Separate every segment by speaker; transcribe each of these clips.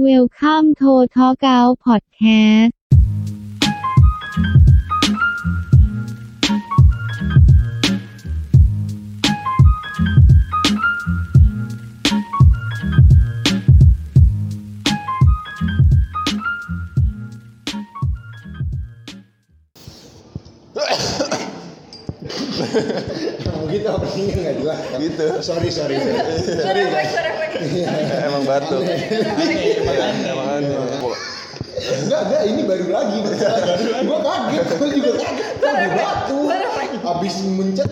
Speaker 1: เวลข้ามโททอเกาพอดแคสต์
Speaker 2: Kalau kita orangnya Oh, gitu. nggak jelas. kan?
Speaker 3: Gitu.
Speaker 2: Sorry sorry. sorry.
Speaker 4: Suara gue, suara gue.
Speaker 3: emang batuk Iya, emang aneh
Speaker 2: Enggak enggak ini baru lagi. Gue kaget, gue juga kaget. Gue batu. Abis mencet.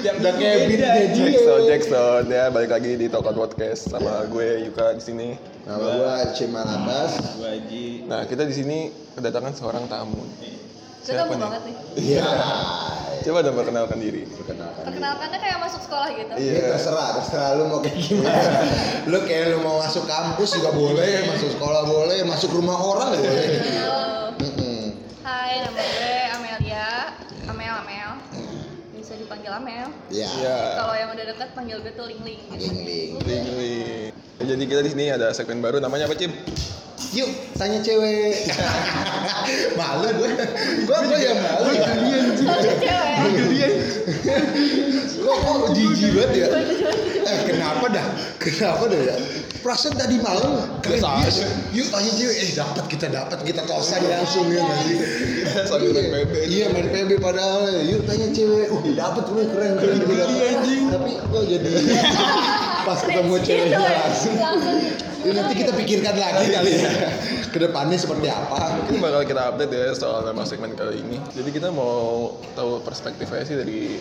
Speaker 2: Udah kayak beatnya dia.
Speaker 3: Jackson Jackson
Speaker 2: iya,
Speaker 3: ya balik lagi di Tokot Podcast sama gue Yuka di sini
Speaker 2: Nama gue Cemal Abbas.
Speaker 3: nah kita di sini kedatangan seorang tamu
Speaker 4: Gue
Speaker 3: Siapa
Speaker 4: tahu
Speaker 3: nih?
Speaker 4: banget nih.
Speaker 2: Iya.
Speaker 3: coba dong perkenalkan diri
Speaker 2: Perkenalkan. diri.
Speaker 4: Perkenalkannya kayak masuk sekolah gitu.
Speaker 3: Iya.
Speaker 2: Ya, terserah, terserah lu mau kayak gimana. lu kayak lu mau masuk kampus juga boleh, masuk sekolah boleh, masuk rumah orang boleh.
Speaker 4: Halo.
Speaker 2: Mm-mm.
Speaker 4: Hai, nama gue Amelia. Amel, Amel.
Speaker 3: Mm.
Speaker 4: Bisa dipanggil Amel.
Speaker 2: Iya.
Speaker 3: ya
Speaker 4: Kalau yang udah deket panggil gue tuh Ling Ling. gitu.
Speaker 2: Ling-ling.
Speaker 3: Ling Ling. jadi kita di sini ada segmen baru namanya apa Cim?
Speaker 2: Yuk, tanya cewek. malu gue. Gue gue yang malu.
Speaker 4: Soalnya cewek.
Speaker 2: Kok kok jijik banget ya? Eh, kenapa dah? Kenapa dah ya? Perasaan tadi malam kalian biasa. Yuk tanya cewek, eh dapat kita dapat kita kosan langsung ya nggak sih?
Speaker 3: sambil main PB.
Speaker 2: Iya main PB padahal. Yuk tanya cewek, uh dapat tuh keren keren. Geli anjing. Tapi kok jadi pas ketemu ceweknya
Speaker 4: Gitu ya.
Speaker 2: langsung.
Speaker 4: Langsung.
Speaker 2: Ya, nanti kita pikirkan lagi kali ya. Kedepannya seperti apa?
Speaker 3: Ini bakal kita update ya soal nama segmen kali ini. Jadi kita mau tahu perspektifnya sih dari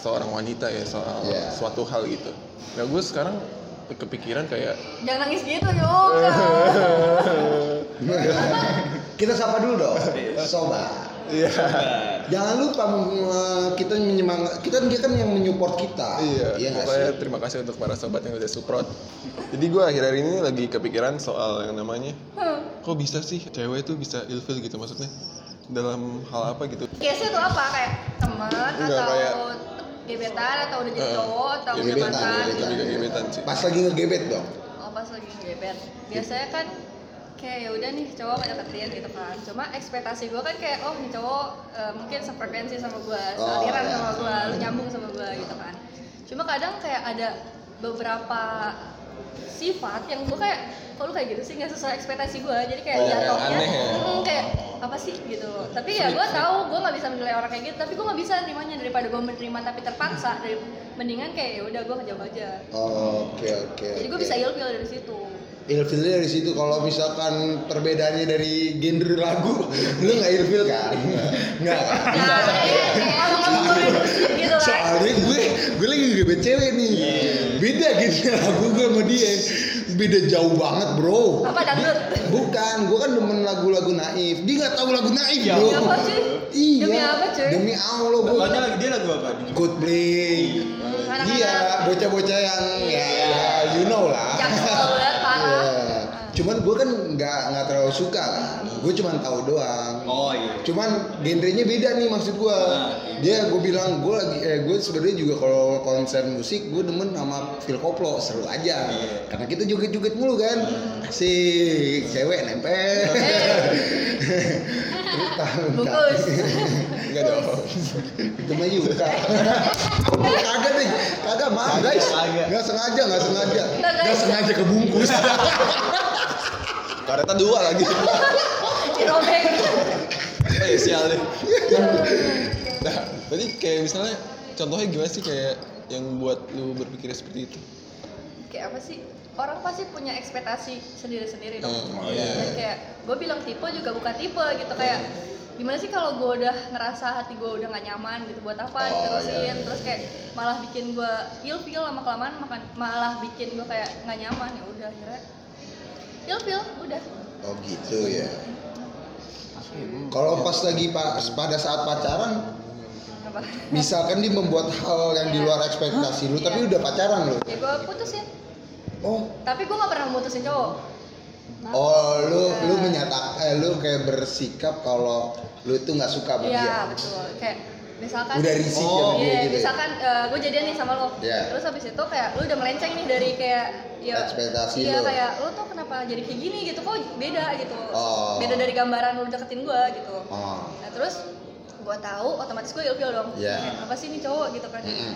Speaker 3: seorang wanita ya soal
Speaker 2: Iya.
Speaker 3: suatu hal gitu. Nah gue sekarang kepikiran kayak
Speaker 4: Jangan nangis gitu, Yuk.
Speaker 2: kita sapa dulu dong sobat
Speaker 3: Iya.
Speaker 2: jangan lupa mem- kita menyemang kita dia kan yang menyupport kita
Speaker 3: Iya.
Speaker 2: iya nggak
Speaker 3: Pokoknya
Speaker 2: sih?
Speaker 3: terima kasih untuk para sobat yang udah support. Jadi gue akhir-akhir ini lagi kepikiran soal yang namanya kok bisa sih cewek tuh bisa ilfil gitu maksudnya dalam hal apa gitu.
Speaker 4: Case-nya tuh apa? Kayak teman
Speaker 3: Enggak,
Speaker 4: atau
Speaker 3: kayak-
Speaker 4: gebetan atau udah jadi
Speaker 3: Eh,
Speaker 4: cowok atau udah
Speaker 2: gebetan,
Speaker 4: mantan
Speaker 2: gebetan.
Speaker 3: Lebih ke gebetan sih.
Speaker 2: pas lagi ngegebet dong
Speaker 4: Oh pas lagi ngeband. Biasanya kan kayak ya udah nih cowok pada deketin gitu kan. Cuma ekspektasi gue kan kayak oh nih cowok eh, mungkin sefrekuensi sama gue,
Speaker 2: Oh,
Speaker 4: sealiran
Speaker 2: iya.
Speaker 4: sama gue, lu nyambung sama gue gitu kan. Cuma kadang kayak ada beberapa sifat yang gue kayak kok lu kayak gitu sih nggak sesuai ekspektasi gue jadi kayak
Speaker 3: Oh, yang
Speaker 4: jatuhnya
Speaker 3: aneh ya?
Speaker 4: "Mm, kayak apa sih gitu tapi ya gue tahu gue nggak bisa menilai orang kayak gitu tapi gue nggak bisa nerimanya daripada gue menerima tapi terpaksa dari mendingan kayak ya udah gue jauh aja
Speaker 2: oke oke
Speaker 4: jadi gue
Speaker 2: oke.
Speaker 3: Iya.
Speaker 4: bisa ilfil dari situ
Speaker 2: ilfilnya dari situ kalau misalkan perbedaannya dari genre lagu lu nggak ilfil kan
Speaker 3: Iya.
Speaker 2: nggak kan?
Speaker 4: Nah, kayak- kayak emang ngomongin gitu kan.
Speaker 2: soalnya gue gue lagi ngebet cewek nih
Speaker 5: Iya.
Speaker 2: beda gitu lagu gue sama dia beda jauh banget bro
Speaker 4: Apa, dangdut?
Speaker 2: Dia- bukan gue kan demen lagu-lagu naif dia nggak tahu lagu naif
Speaker 5: Ya
Speaker 2: bro
Speaker 4: Demi apa, cuy?
Speaker 2: iya
Speaker 4: Demi apa, cuy?
Speaker 2: demi allah gue
Speaker 5: Lagunya lagi dia lagu apa?
Speaker 2: good play
Speaker 4: anak-anak.
Speaker 2: iya bocah-bocah yang ya, ya you know lah
Speaker 4: Jaksel ya, banget, parah.
Speaker 2: Iya. cuman gue kan nggak nggak terlalu suka kan gue cuman tahu doang
Speaker 5: Oh iya.
Speaker 2: cuman genrenya beda nih maksud gua dia gue bilang gue lagi eh gue sebenarnya juga kalau konser musik gue demen sama Phil Koplo seru aja karena kita joget-joget mulu kan si cewek nempel
Speaker 4: Bungkus.
Speaker 3: Enggak dong.
Speaker 2: cuma juga kagak nih kagak maaf guys
Speaker 5: Kagak.
Speaker 2: nggak sengaja nggak sengaja
Speaker 4: Nggak, guys.
Speaker 2: nggak sengaja kebungkus
Speaker 3: Karetnya dua lagi.
Speaker 4: Dirobek.
Speaker 3: Eh, sial deh. Nah, tadi kayak misalnya contohnya gimana sih kayak yang buat lu berpikir seperti itu?
Speaker 4: Kayak apa sih? Orang pasti punya ekspektasi sendiri-sendiri dong.
Speaker 3: Hmm, oh iya.
Speaker 4: Dan kayak gue bilang tipe juga bukan tipe gitu kayak gimana sih kalau gue udah ngerasa hati gue udah gak nyaman gitu buat
Speaker 3: Oh,
Speaker 4: apa diterusin
Speaker 3: iya.
Speaker 4: terus kayak malah bikin gue ilfil lama kelamaan makan malah bikin gue kayak nggak nyaman ya udah akhirnya ilfil udah
Speaker 2: oh gitu ya kalau pas lagi pa- pada saat pacaran
Speaker 4: apa
Speaker 2: misalkan dia membuat hal yang di luar ekspektasi lu tapi
Speaker 4: Iya.
Speaker 2: udah pacaran lu
Speaker 4: ya gue putusin
Speaker 2: oh
Speaker 4: tapi gue gak pernah mutusin cowok
Speaker 2: oh lu lu menyatakan eh, lu kayak bersikap kalau lu itu nggak suka sama dia
Speaker 4: Iya betul. Kayak misalkan
Speaker 2: udah risih
Speaker 3: Oh,
Speaker 2: sama
Speaker 4: Iya,
Speaker 2: gue gitu ya.
Speaker 4: misalkan gue jadian nih sama lo.
Speaker 2: Iya.
Speaker 4: Terus habis itu kayak lu udah melenceng nih dari kayak ya
Speaker 2: Ekspektasi
Speaker 4: Iya,
Speaker 2: lu.
Speaker 4: kayak lu tuh kenapa jadi kayak gini gitu kok beda gitu.
Speaker 2: Oh.
Speaker 4: Beda dari gambaran lu deketin gue gitu.
Speaker 2: oh
Speaker 4: Nah, terus gue tahu otomatis gue ilfil dong.
Speaker 2: Iya.
Speaker 4: Kayak, apa sih ini cowok gitu kan.
Speaker 2: Mm-mm.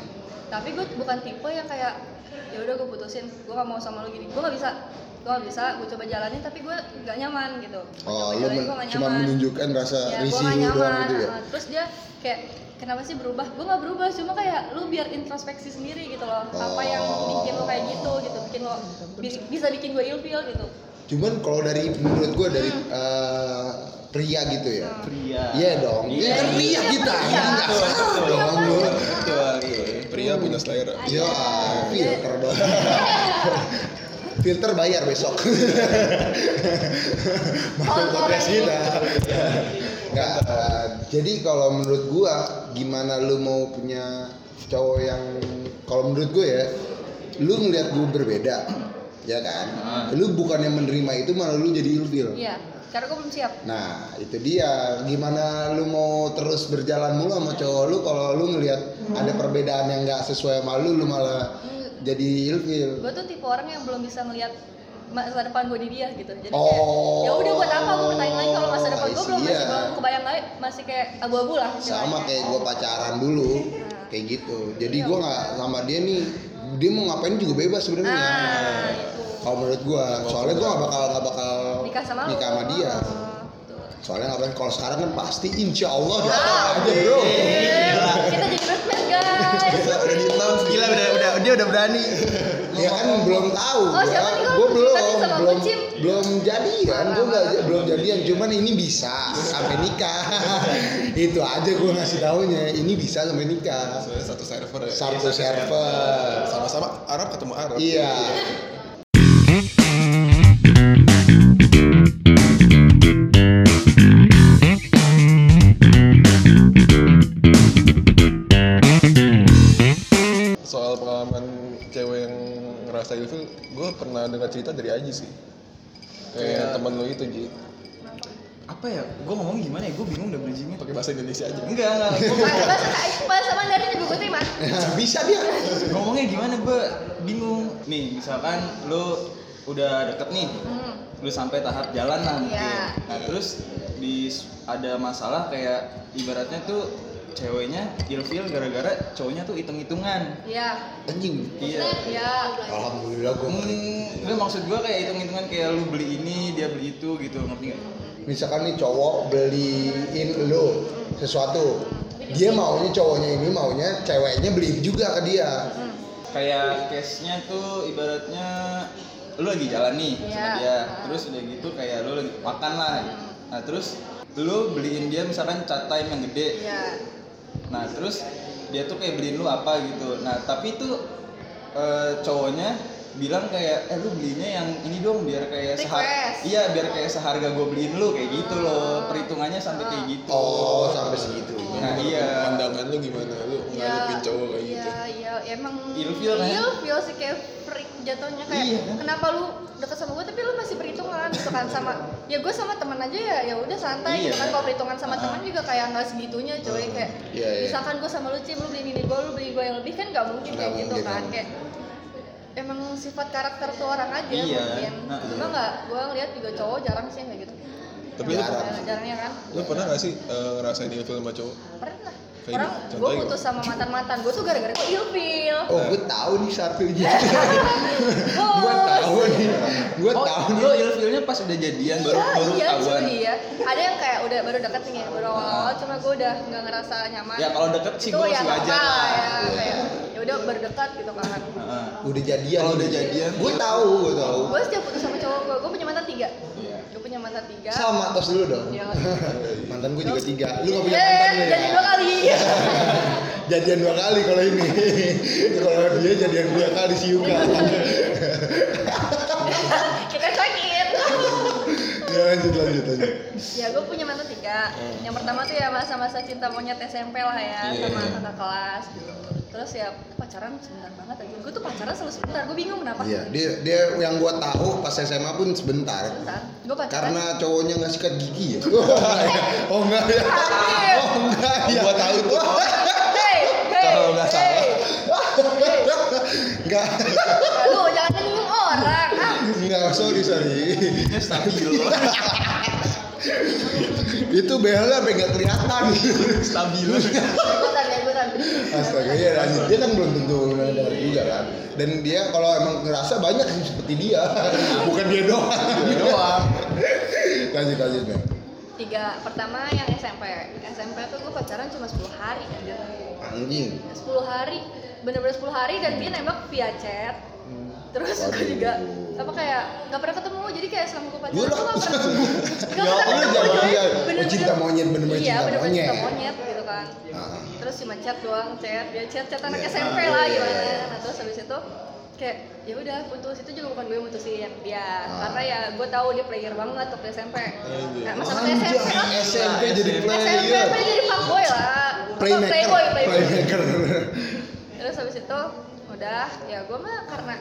Speaker 4: Tapi gue bukan tipe yang kayak ya udah gue putusin, gue gak mau sama lu gini. Gue gak bisa. Gue gak bisa, gue coba jalanin tapi gue gak nyaman gitu.
Speaker 2: oh
Speaker 4: Gua
Speaker 2: lu
Speaker 4: coba jalanin,
Speaker 2: men-
Speaker 4: gua gak
Speaker 2: cuma
Speaker 4: nyaman
Speaker 2: menunjukkan rasa
Speaker 4: ya gue
Speaker 2: risih
Speaker 4: gak
Speaker 2: lu doang
Speaker 4: nyaman
Speaker 2: gitu ya
Speaker 4: Nah, terus dia kayak kenapa sih berubah gue gak berubah cuma kayak lu biar introspeksi sendiri gitu loh apa yang
Speaker 2: Oh.
Speaker 4: bikin lo kayak gitu gitu bikin lo bi- bisa bikin gue ilfil gitu
Speaker 2: cuman kalau dari menurut gue dari eh, pria gitu ya
Speaker 5: pria
Speaker 2: Iya dong, iya kan pria kita.
Speaker 4: Iya.
Speaker 2: Nggak salah dong lu.
Speaker 5: betul iya.
Speaker 3: Iya, Pria punya selera.
Speaker 2: Yo, ah, filter dong. filter bayar besok. Masuk
Speaker 4: Kontol
Speaker 2: podcast
Speaker 4: ini.
Speaker 2: kita. Nggak, eh, jadi kalau menurut gua gimana lu mau punya cowok yang kalau menurut gue ya, lu ngeliat gue berbeda, ya kan? Lu bukan yang menerima itu malah lu jadi ilfil.
Speaker 4: iya karena gue belum siap
Speaker 2: Nah, itu dia. Gimana lu mau terus berjalan mulu sama cowok lu kalau lu ngelihat ada perbedaan yang nggak sesuai sama lu, lu malah jadi ilfil.
Speaker 4: gue Hmm, tuh tipe orang yang belum bisa ngelihat masa depan gue di dia gitu jadi
Speaker 2: Oh.
Speaker 4: kayak ya udah buat apa gue bertanya lagi kalau masa depan gue belum
Speaker 2: Iya.
Speaker 4: masih belum kebayang lagi masih kayak abu-abu lah
Speaker 2: Sama
Speaker 4: istilahnya.
Speaker 2: kayak gua pacaran dulu,
Speaker 4: Hmm.
Speaker 2: kayak gitu. Jadi
Speaker 4: Iya.
Speaker 2: gua nggak sama dia nih, dia mau ngapain juga bebas sebenarnya.
Speaker 4: nah itu
Speaker 2: Kalau menurut gua, soalnya gua nggak bakal nggak bakal
Speaker 4: nikah sama lu
Speaker 2: nikah sama dia.
Speaker 4: Ah, betul.
Speaker 2: Soalnya ngapain? Kalau sekarang kan pasti insya Allah datang aja bro.
Speaker 4: Iya. kita jadi resmen guys
Speaker 5: Udah di-announce, gila udah udah dia udah berani
Speaker 2: Ya kan belum tahu.
Speaker 4: Oh, siapa nih kalau
Speaker 2: Gue belum,
Speaker 4: kita nih sama
Speaker 2: belum,
Speaker 4: kucing?
Speaker 2: belum jadian.
Speaker 4: Parah,
Speaker 2: Gue nggak
Speaker 4: parah.
Speaker 2: belum jadian. Cuman ini bisa sampai nikah. Itu aja gue ngasih taunya. Ini bisa sampai nikah.
Speaker 3: Soalnya satu server ya.
Speaker 2: Satu server.
Speaker 3: Sama-sama Arab ketemu Arab.
Speaker 2: Iya.
Speaker 3: Soal pengalaman cewek yang ngerasa ilfil, gue pernah dengar cerita dari Aji sih. Kayak
Speaker 2: Iya.
Speaker 5: Kayak-
Speaker 3: temen lo itu Ji.
Speaker 5: apa ya gue ngomong gimana ya gue bingung udah bridgingnya
Speaker 3: Pakai bahasa Indonesia aja.
Speaker 5: enggak enggak Gua-
Speaker 4: bahasa bahasa Mandarin juga gue terima
Speaker 2: bisa dia.
Speaker 5: ngomongnya gimana gue bingung nih misalkan lu udah deket nih
Speaker 4: hmm.
Speaker 5: lu sampai tahap jalan lah mungkin.
Speaker 4: Iya.
Speaker 5: Nah terus di ada masalah kayak ibaratnya tuh ceweknya ilfil gara-gara cowoknya tuh hitung-hitungan.
Speaker 4: ya
Speaker 2: Anjing.
Speaker 5: Iya.
Speaker 4: ya
Speaker 2: Alhamdulillah gue ngerti.
Speaker 5: Hmm, enggak, maksud gua kayak hitung-hitungan kayak lu beli ini, dia beli itu gitu, ngerti nggak?
Speaker 2: Misalkan nih cowok beliin lo sesuatu. Dia maunya cowoknya ini maunya ceweknya beliin juga ke dia.
Speaker 5: Kayak case-nya tuh ibaratnya lu lagi jalan nih sama
Speaker 4: Iya.
Speaker 5: dia. Terus udah gitu kayak lu lagi makan lah. Nah, terus lu beliin dia misalkan cat time yang gede.
Speaker 4: ya
Speaker 5: Nah terus dia tuh kayak beliin lu apa gitu. Nah tapi itu eh, cowoknya bilang kayak eh lu belinya yang ini dong biar kayak
Speaker 4: Request.
Speaker 5: seharga iya biar kayak seharga gue beliin lu kayak gitu loh perhitungannya sampai kayak
Speaker 4: Ah.
Speaker 5: gitu
Speaker 2: Oh sampai segitu.
Speaker 5: nah iya
Speaker 3: Pandangan lu gimana? Lu
Speaker 4: ya
Speaker 3: ngadepin cowok kayak
Speaker 4: ya,
Speaker 3: gitu.
Speaker 4: ya emang
Speaker 5: Ilfil kan?
Speaker 4: ilfil sih kayak freak jatuhnya kayak
Speaker 5: Iya kan?
Speaker 4: kenapa lu deket sama gue tapi lu masih perhitungan gitu kan sama ya gue sama teman aja ya ya udah santai
Speaker 5: Iya.
Speaker 4: gitu kan kalau perhitungan sama
Speaker 5: Ah.
Speaker 4: teman juga kayak nggak segitunya coy kayak
Speaker 2: Iya, iya.
Speaker 4: misalkan gue sama lu cim lu beli ini gue lu beli gue yang lebih kan nggak mungkin
Speaker 2: Nggak
Speaker 4: kayak gitu
Speaker 2: mungkin,
Speaker 4: kan
Speaker 2: nggak
Speaker 4: kayak emang sifat karakter tuh orang aja
Speaker 5: Iya.
Speaker 4: mungkin
Speaker 5: Nah,
Speaker 4: cuma nggak gue ngeliat juga cowok jarang sih yang kayak gitu
Speaker 3: Tapi
Speaker 4: Jarang-
Speaker 3: lu-
Speaker 4: jarang- jarangnya kan
Speaker 3: Lu pernah gak sih eh, ngerasain ilfil sama cowok?
Speaker 4: pernah
Speaker 3: Kayak
Speaker 4: orang
Speaker 3: gitu,
Speaker 4: gue
Speaker 3: contohnya
Speaker 4: putus sama mantan mantan gue tuh gara-gara gue ilfil
Speaker 2: Oh, gue tahu nih satunya. gue
Speaker 4: Bos.
Speaker 2: tahu nih. Gue
Speaker 5: oh,
Speaker 2: tahu
Speaker 5: lo
Speaker 2: nih.
Speaker 5: ilfilnya pas udah jadian baru
Speaker 4: Ah,
Speaker 5: baru
Speaker 4: iya,
Speaker 5: ketahuan
Speaker 4: cuy, ya. Ada yang kayak udah baru deket nih ya, baru awal-awal cuma gue udah nggak ngerasa nyaman.
Speaker 5: Ya, kalau deket sih
Speaker 4: Itu
Speaker 5: gua
Speaker 4: ya
Speaker 5: masih wajar
Speaker 4: normal
Speaker 5: lah.
Speaker 4: ya, kayak ya udah baru deket gitu kan.
Speaker 5: Heeh.
Speaker 2: Udah jadian.
Speaker 5: Kalau udah jadian.
Speaker 2: gue tahu, gue tahu.
Speaker 4: Gue setiap putus sama cowok gue, gue punya mantan tiga.
Speaker 5: Iya.
Speaker 4: Gue punya mantan tiga.
Speaker 2: Sama tos dulu dong.
Speaker 4: Ya. Iya.
Speaker 2: mantan gue juga tiga. Lu gak punya
Speaker 4: Eh,
Speaker 2: mantan lu
Speaker 4: jadi dua
Speaker 2: ya?
Speaker 4: kali.
Speaker 2: Jadian dua kali kalau ini. kalau dia jadian dua kali sih juga.
Speaker 4: Kita cokin.
Speaker 2: ya lanjut lanjut lanjut.
Speaker 4: ya gue punya mantan tiga. Yang pertama tuh ya masa-masa cinta monyet SMP lah ya, sama kakak kelas gitu. Terus terus ya pacaran sebentar banget aja gue tuh pacaran selalu sebentar gue bingung kenapa
Speaker 2: Iya, dia dia yang gua tahu pas SMA pun sebentar.
Speaker 4: sebentar gue pacaran
Speaker 2: Karena cowoknya nggak sikat gigi ya. Oh enggak ya. Oh enggak ya.
Speaker 3: Gua tahu tuh.
Speaker 4: Hei, hei,
Speaker 3: Kalau nggak salah.
Speaker 4: hei.
Speaker 2: Enggak.
Speaker 4: Ya, lu jangan nyinggung orang ah
Speaker 2: Enggak, sorry sorry.
Speaker 5: Dia stabil,
Speaker 2: Itu belnya sampai nggak kelihatan.
Speaker 5: stabil.
Speaker 4: ikutan ya ikutan
Speaker 2: Astaga, iya dan dia kan belum tentu dari juga kan. Dan dia kalau emang ngerasa banyak sih seperti dia, bukan dia doang.
Speaker 5: Dia doang.
Speaker 2: Lanjut lanjut men.
Speaker 4: tiga pertama yang SMP SMP tuh gue pacaran cuma 10 hari aja
Speaker 2: Anjing.
Speaker 4: 10 hari bener-bener 10 hari dan dia nembak via chat terus
Speaker 2: Hmm.
Speaker 4: gue
Speaker 2: Waduh.
Speaker 4: juga apa kayak nggak pernah ketemu jadi kayak selama gue pacaran
Speaker 2: Gue
Speaker 4: gue
Speaker 2: lah.
Speaker 4: nggak pernah nggak
Speaker 2: Ya, lu jangan
Speaker 4: pernah ketemu coy.
Speaker 2: dia.
Speaker 4: Bener-bener-
Speaker 2: Oh, cinta monyet bener-bener
Speaker 4: iya
Speaker 2: cinta
Speaker 4: bener-bener cinta
Speaker 2: monyet.
Speaker 4: monyet gitu kan
Speaker 2: Ah.
Speaker 4: terus cuma chat doang chat dia chat chat anak
Speaker 2: Iya.
Speaker 4: SMP
Speaker 2: Ah,
Speaker 4: lah
Speaker 2: iya,
Speaker 4: gimana
Speaker 2: iya.
Speaker 4: nah terus habis itu kayak ya udah putus itu juga bukan gue yang mutusin dia
Speaker 2: Ah. Iya,
Speaker 4: karena ya gue tahu dia player banget waktu SMP nah, masa
Speaker 2: Anjay,
Speaker 4: SMP lah
Speaker 2: SMP jadi
Speaker 5: SMP.
Speaker 4: SMP
Speaker 2: player.
Speaker 4: apa jadi fuckboy lah
Speaker 2: Playmaker.
Speaker 4: playboy playboy
Speaker 2: Playmaker.
Speaker 4: terus habis itu udah ya gue mah karena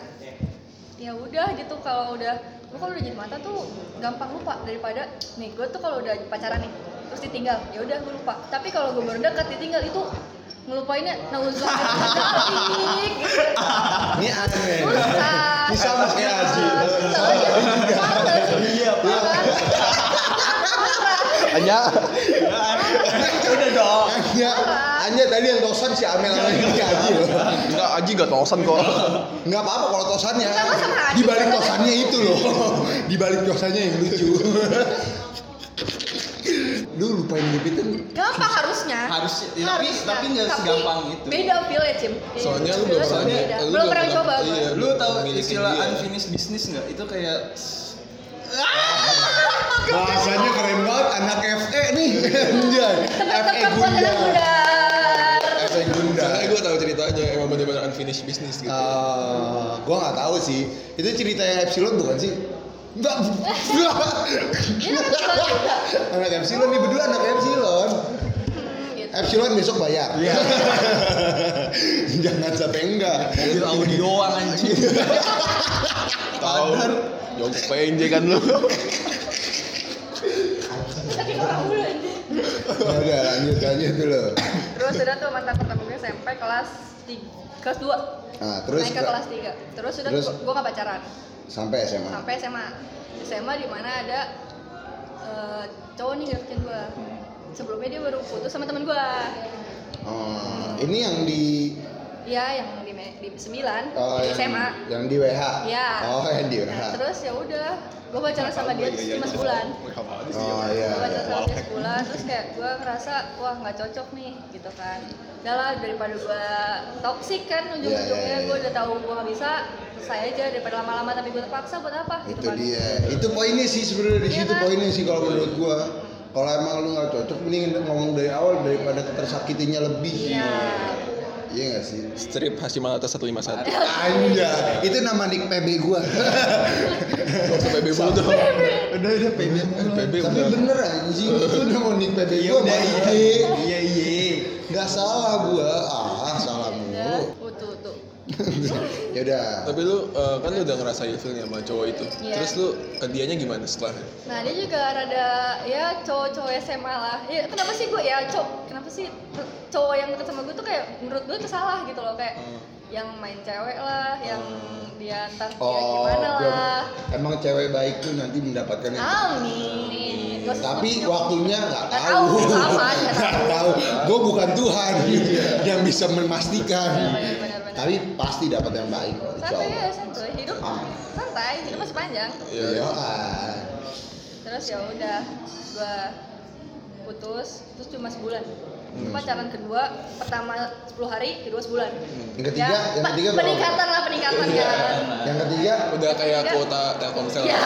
Speaker 4: ya udah gitu kalau udah gue kalau udah jadi mata tuh gampang lupa daripada nih gue tuh kalau udah pacaran nih terus ditinggal ya udah gue lupa tapi kalau gue baru dekat ditinggal itu ngelupainnya nauzubillah gitu
Speaker 2: Ini aneh.
Speaker 4: Susah.
Speaker 2: Bisa mas
Speaker 3: ya,
Speaker 2: kayak Aji.
Speaker 4: iya
Speaker 3: Hanya
Speaker 5: Udah dong.
Speaker 2: Anya, Anya tadi yang tosan si Amel sama ini Aji loh.
Speaker 3: enggak Aji enggak tosan kok.
Speaker 2: Nggak apa-apa kalau tosannya.
Speaker 4: Sama sama Aji.
Speaker 2: Di balik tosannya itu loh. Di balik tosannya yang lucu. Lu lupain gebetan
Speaker 4: gampang harusnya
Speaker 5: Harus ya, tapi tapi nggak segampang itu.
Speaker 4: beda feel ya cim
Speaker 3: Soalnya lu
Speaker 4: Feel-nya
Speaker 3: belum pernah-
Speaker 4: beda.
Speaker 3: lu
Speaker 4: belum
Speaker 3: belum
Speaker 4: pernah
Speaker 3: pernah-
Speaker 4: coba gua.
Speaker 3: iya.
Speaker 5: Lu tahu
Speaker 3: Memiliki
Speaker 5: istilah
Speaker 3: dia.
Speaker 5: unfinished business nggak? Itu kayak
Speaker 2: Bahasanya keren banget anak FE nih. Anjay. FE
Speaker 4: tetap buat
Speaker 2: Gunda.
Speaker 4: anak muda
Speaker 2: FE Gunda.
Speaker 3: Karena gue tahu ceritanya emang benar-benar unfinished business gitu.
Speaker 2: Eh, gua nggak tahu sih. Itu ceritanya Epsilon bukan sih? Enggak.
Speaker 4: Ini anak
Speaker 2: anak Epsilon
Speaker 4: Epsilon juga.
Speaker 2: nih berdua anak Epsilon.
Speaker 4: Hmm, gitu.
Speaker 2: Epsilon besok bayar.
Speaker 5: Iya.
Speaker 2: Jangan sampai enggak.
Speaker 5: Itu audioan anjing.
Speaker 3: Tahu. Jongkok PNJ kan lu.
Speaker 4: Tapi orang mulu anjing.
Speaker 2: Ya udah lanjut lanjut dulu.
Speaker 4: terus udah tuh mantan pertama gue SMP kelas tiga kelas dua
Speaker 2: Nah, terus
Speaker 4: naik ke
Speaker 2: ke-
Speaker 4: kelas tiga terus udah
Speaker 2: terus- Ah.
Speaker 4: gue gak pacaran
Speaker 2: Sampai SMA.
Speaker 4: sampai SMA SMA di mana ada eh, cowok nih deketin gue
Speaker 2: Hmm.
Speaker 4: sebelumnya dia baru putus sama temen gue
Speaker 2: Oh, ini yang di
Speaker 4: ya yang di, me- di sembilan
Speaker 2: oh,
Speaker 4: di
Speaker 2: yang,
Speaker 4: SMA
Speaker 2: yang di WH.
Speaker 4: Iya.
Speaker 2: Oh, yang di WH.
Speaker 4: nah, terus ya udah gue pacaran sama dia
Speaker 2: iya,
Speaker 4: cuma sebulan
Speaker 2: Oh iya. iya.
Speaker 4: gue pacaran sama dia sebulan terus kayak gue ngerasa wah nggak cocok nih gitu kan udah lah daripada gue toksik kan ujung-ujungnya
Speaker 2: Iya, iya, iya.
Speaker 4: gue udah tahu gue nggak bisa selesai aja daripada lama-lama tapi gue terpaksa buat apa
Speaker 2: itu
Speaker 4: gitu kan
Speaker 2: dia itu poinnya sih sebenarnya di
Speaker 4: Iya
Speaker 2: situ
Speaker 4: kan?
Speaker 2: poinnya sih kalau menurut gua kalau emang lu nggak cocok mending ngomong dari awal daripada tersakitinya lebih
Speaker 4: iya
Speaker 2: iya nggak sih
Speaker 3: Strip Hashim Alatas 151.
Speaker 2: Anja, itu nama nick PB gua.
Speaker 3: Gak usah PB mulu dong.
Speaker 5: Udah udah PB mulu.
Speaker 3: PB
Speaker 2: Tapi
Speaker 3: udah.
Speaker 2: bener anjing, itu nama nick PB
Speaker 5: Iya
Speaker 2: gua
Speaker 5: udah
Speaker 2: sama
Speaker 5: iya.
Speaker 2: IG.
Speaker 5: Iya iya.
Speaker 2: Nggak salah gua. Ah, salah
Speaker 4: udah
Speaker 2: mulu.
Speaker 4: oh, tuh tuh
Speaker 2: Ya udah.
Speaker 3: Tapi lu eh, kan lu udah ngerasain feelnya sama cowok itu.
Speaker 4: Iya.
Speaker 3: Terus lu ke dianya gimana setelahnya?
Speaker 4: nah dia juga rada ya cowok-cowok SMA lah ya kenapa sih gue ya cowok kenapa sih cowok yang deket sama gue tuh kayak menurut gue tuh salah gitu loh kayak
Speaker 2: Hmm.
Speaker 4: yang main cewek lah yang dia entar dia
Speaker 2: Oh,
Speaker 4: gimana
Speaker 2: gua-
Speaker 4: lah
Speaker 2: emang cewek baik tuh nanti mendapatkan yang
Speaker 4: Amin. Gua
Speaker 2: tapi
Speaker 4: setuju.
Speaker 2: waktunya nggak
Speaker 4: Iya, Nggak
Speaker 2: tahu
Speaker 4: tahu, sama aja. Iya.
Speaker 2: nggak tahu gue bukan Tuhan yang bisa memastikan
Speaker 4: benar-benar.
Speaker 2: tapi pasti dapat yang baik
Speaker 4: santai ya santai hidup
Speaker 2: Aman.
Speaker 4: santai hidup masih panjang.
Speaker 2: ya
Speaker 3: Iya.
Speaker 4: Terus ya udah gua putus terus cuma sebulan.
Speaker 2: Hmm.
Speaker 4: Itu pacaran kedua pertama 10 hari kedua sebulan.
Speaker 2: yang ketiga
Speaker 4: Ya,
Speaker 2: yang
Speaker 4: pe-
Speaker 2: ketiga berapa?
Speaker 4: peningkatan lah peningkatan ya.
Speaker 2: yang ketiga
Speaker 3: Udah kayak kuota Telkomsel.
Speaker 4: Ya.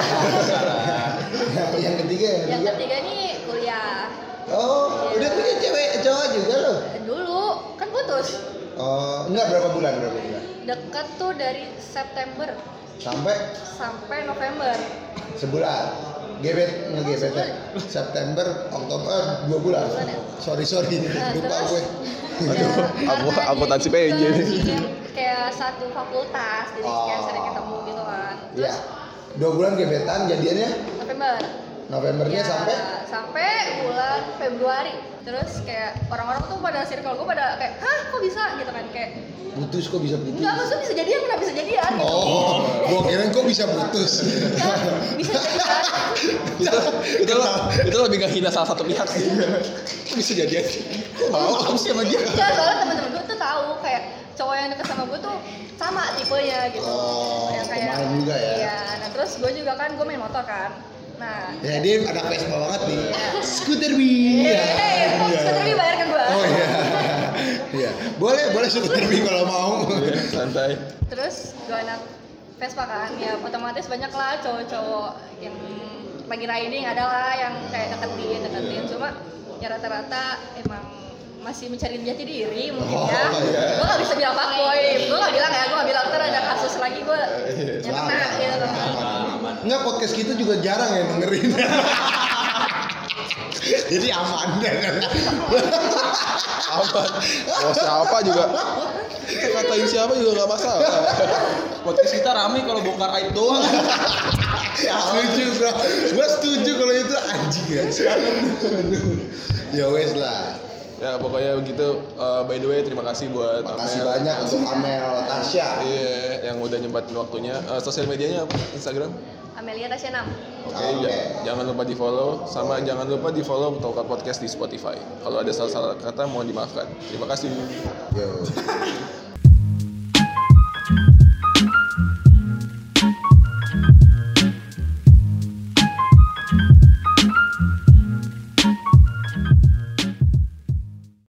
Speaker 2: yang- yang ketiga yang
Speaker 4: Yang Iya.
Speaker 2: ketiga
Speaker 4: ketiga nih kuliah.
Speaker 2: oh udah punya cewek cowok juga lo
Speaker 4: Dan Dulu kan putus.
Speaker 2: oh enggak berapa bulan berapa bulan
Speaker 4: Dekat tuh dari September
Speaker 2: sampai
Speaker 4: sampai November.
Speaker 2: sebulan gebet ngegebet ya.
Speaker 4: Oh, sebulan.
Speaker 2: September Oktober eh, dua bulan
Speaker 4: Bulan ya?
Speaker 2: sorry sorry
Speaker 4: Nah,
Speaker 2: lupa
Speaker 4: terus-
Speaker 2: gue
Speaker 3: Aduh, aku-
Speaker 4: karena
Speaker 3: aku
Speaker 4: dia
Speaker 3: tansip
Speaker 2: ya,
Speaker 4: juga
Speaker 3: aja nih.
Speaker 4: sih, kayak satu fakultas jadi kayak
Speaker 2: Oh.
Speaker 4: sering ketemu gitu kan
Speaker 2: Iya. Dua bulan gebetan jadiannya
Speaker 4: November
Speaker 2: Novembernya
Speaker 4: Ya,
Speaker 2: sampai
Speaker 4: sampai bulan Februari terus kayak orang-orang tuh pada circle gue pada kayak hah kok bisa gitu kan kayak
Speaker 2: putus kok bisa putus.
Speaker 4: enggak maksudnya bisa jadian kenapa bisa jadian gitu
Speaker 2: Oh, gua kira kok bisa putus.
Speaker 4: Enggak, bisa jadian
Speaker 3: itu itu, itu lebih gak hina salah satu pihak sih Kok bisa jadi aja mau kamu sih sama dia
Speaker 4: Enggak, soalnya teman-teman gue tuh tahu kayak cowok yang deket sama gue tuh sama tipenya gitu.
Speaker 2: Oh, kemarin juga ya.
Speaker 4: Iya, nah terus gue juga kan gue main motor kan. Nah,
Speaker 2: Ya dia anak Vespa banget nih.
Speaker 4: Iya.
Speaker 2: Scooter bi.
Speaker 4: eh, eh, kok
Speaker 2: Iya.
Speaker 4: sebentar lagi bayar ke gue.
Speaker 2: Oh iya. Iya. Boleh, boleh scooter bi kalau mau.
Speaker 3: Iya, santai
Speaker 4: Terus gue anak Vespa kan, ya otomatis banyak lah cowok-cowok yang lagi riding ada lah yang kayak deketin, deketin. Cuma ya rata-rata emang masih mencari jati diri mungkin
Speaker 2: Oh,
Speaker 4: ya.
Speaker 2: iya.
Speaker 4: Gue gak bisa bilang fuckboy, gue gak bilang ya, gue gak bilang ntar ada kasus lagi gue yang
Speaker 2: Iya, Selamat.
Speaker 4: kena gitu.
Speaker 5: aman.
Speaker 2: Enggak podcast kita juga jarang ya dengerin. Jadi aman dan
Speaker 3: apa mau siapa juga kita katain Kan siapa juga nggak masalah
Speaker 5: Podcast kita rame kalau bongkar aib doang.
Speaker 2: Ya lucu bro. Gua setuju kalau itu anjing ya. Aduh. ya wes lah.
Speaker 3: ya pokoknya begitu Eh, by the way terima kasih buat
Speaker 2: Makasih
Speaker 3: Amel.
Speaker 2: banyak untuk Amel Tasya.
Speaker 3: iya yang udah nyempatin waktunya Eh, sosial medianya apa? Instagram
Speaker 4: Amelia Tasya 6.
Speaker 3: Oke,
Speaker 2: Oke.
Speaker 3: ja- jangan lupa di follow sama jangan lupa di follow Tongkat Podcast di Spotify. Kalau ada salah-salah kata mohon dimaafkan. Terima kasih.
Speaker 2: Yo.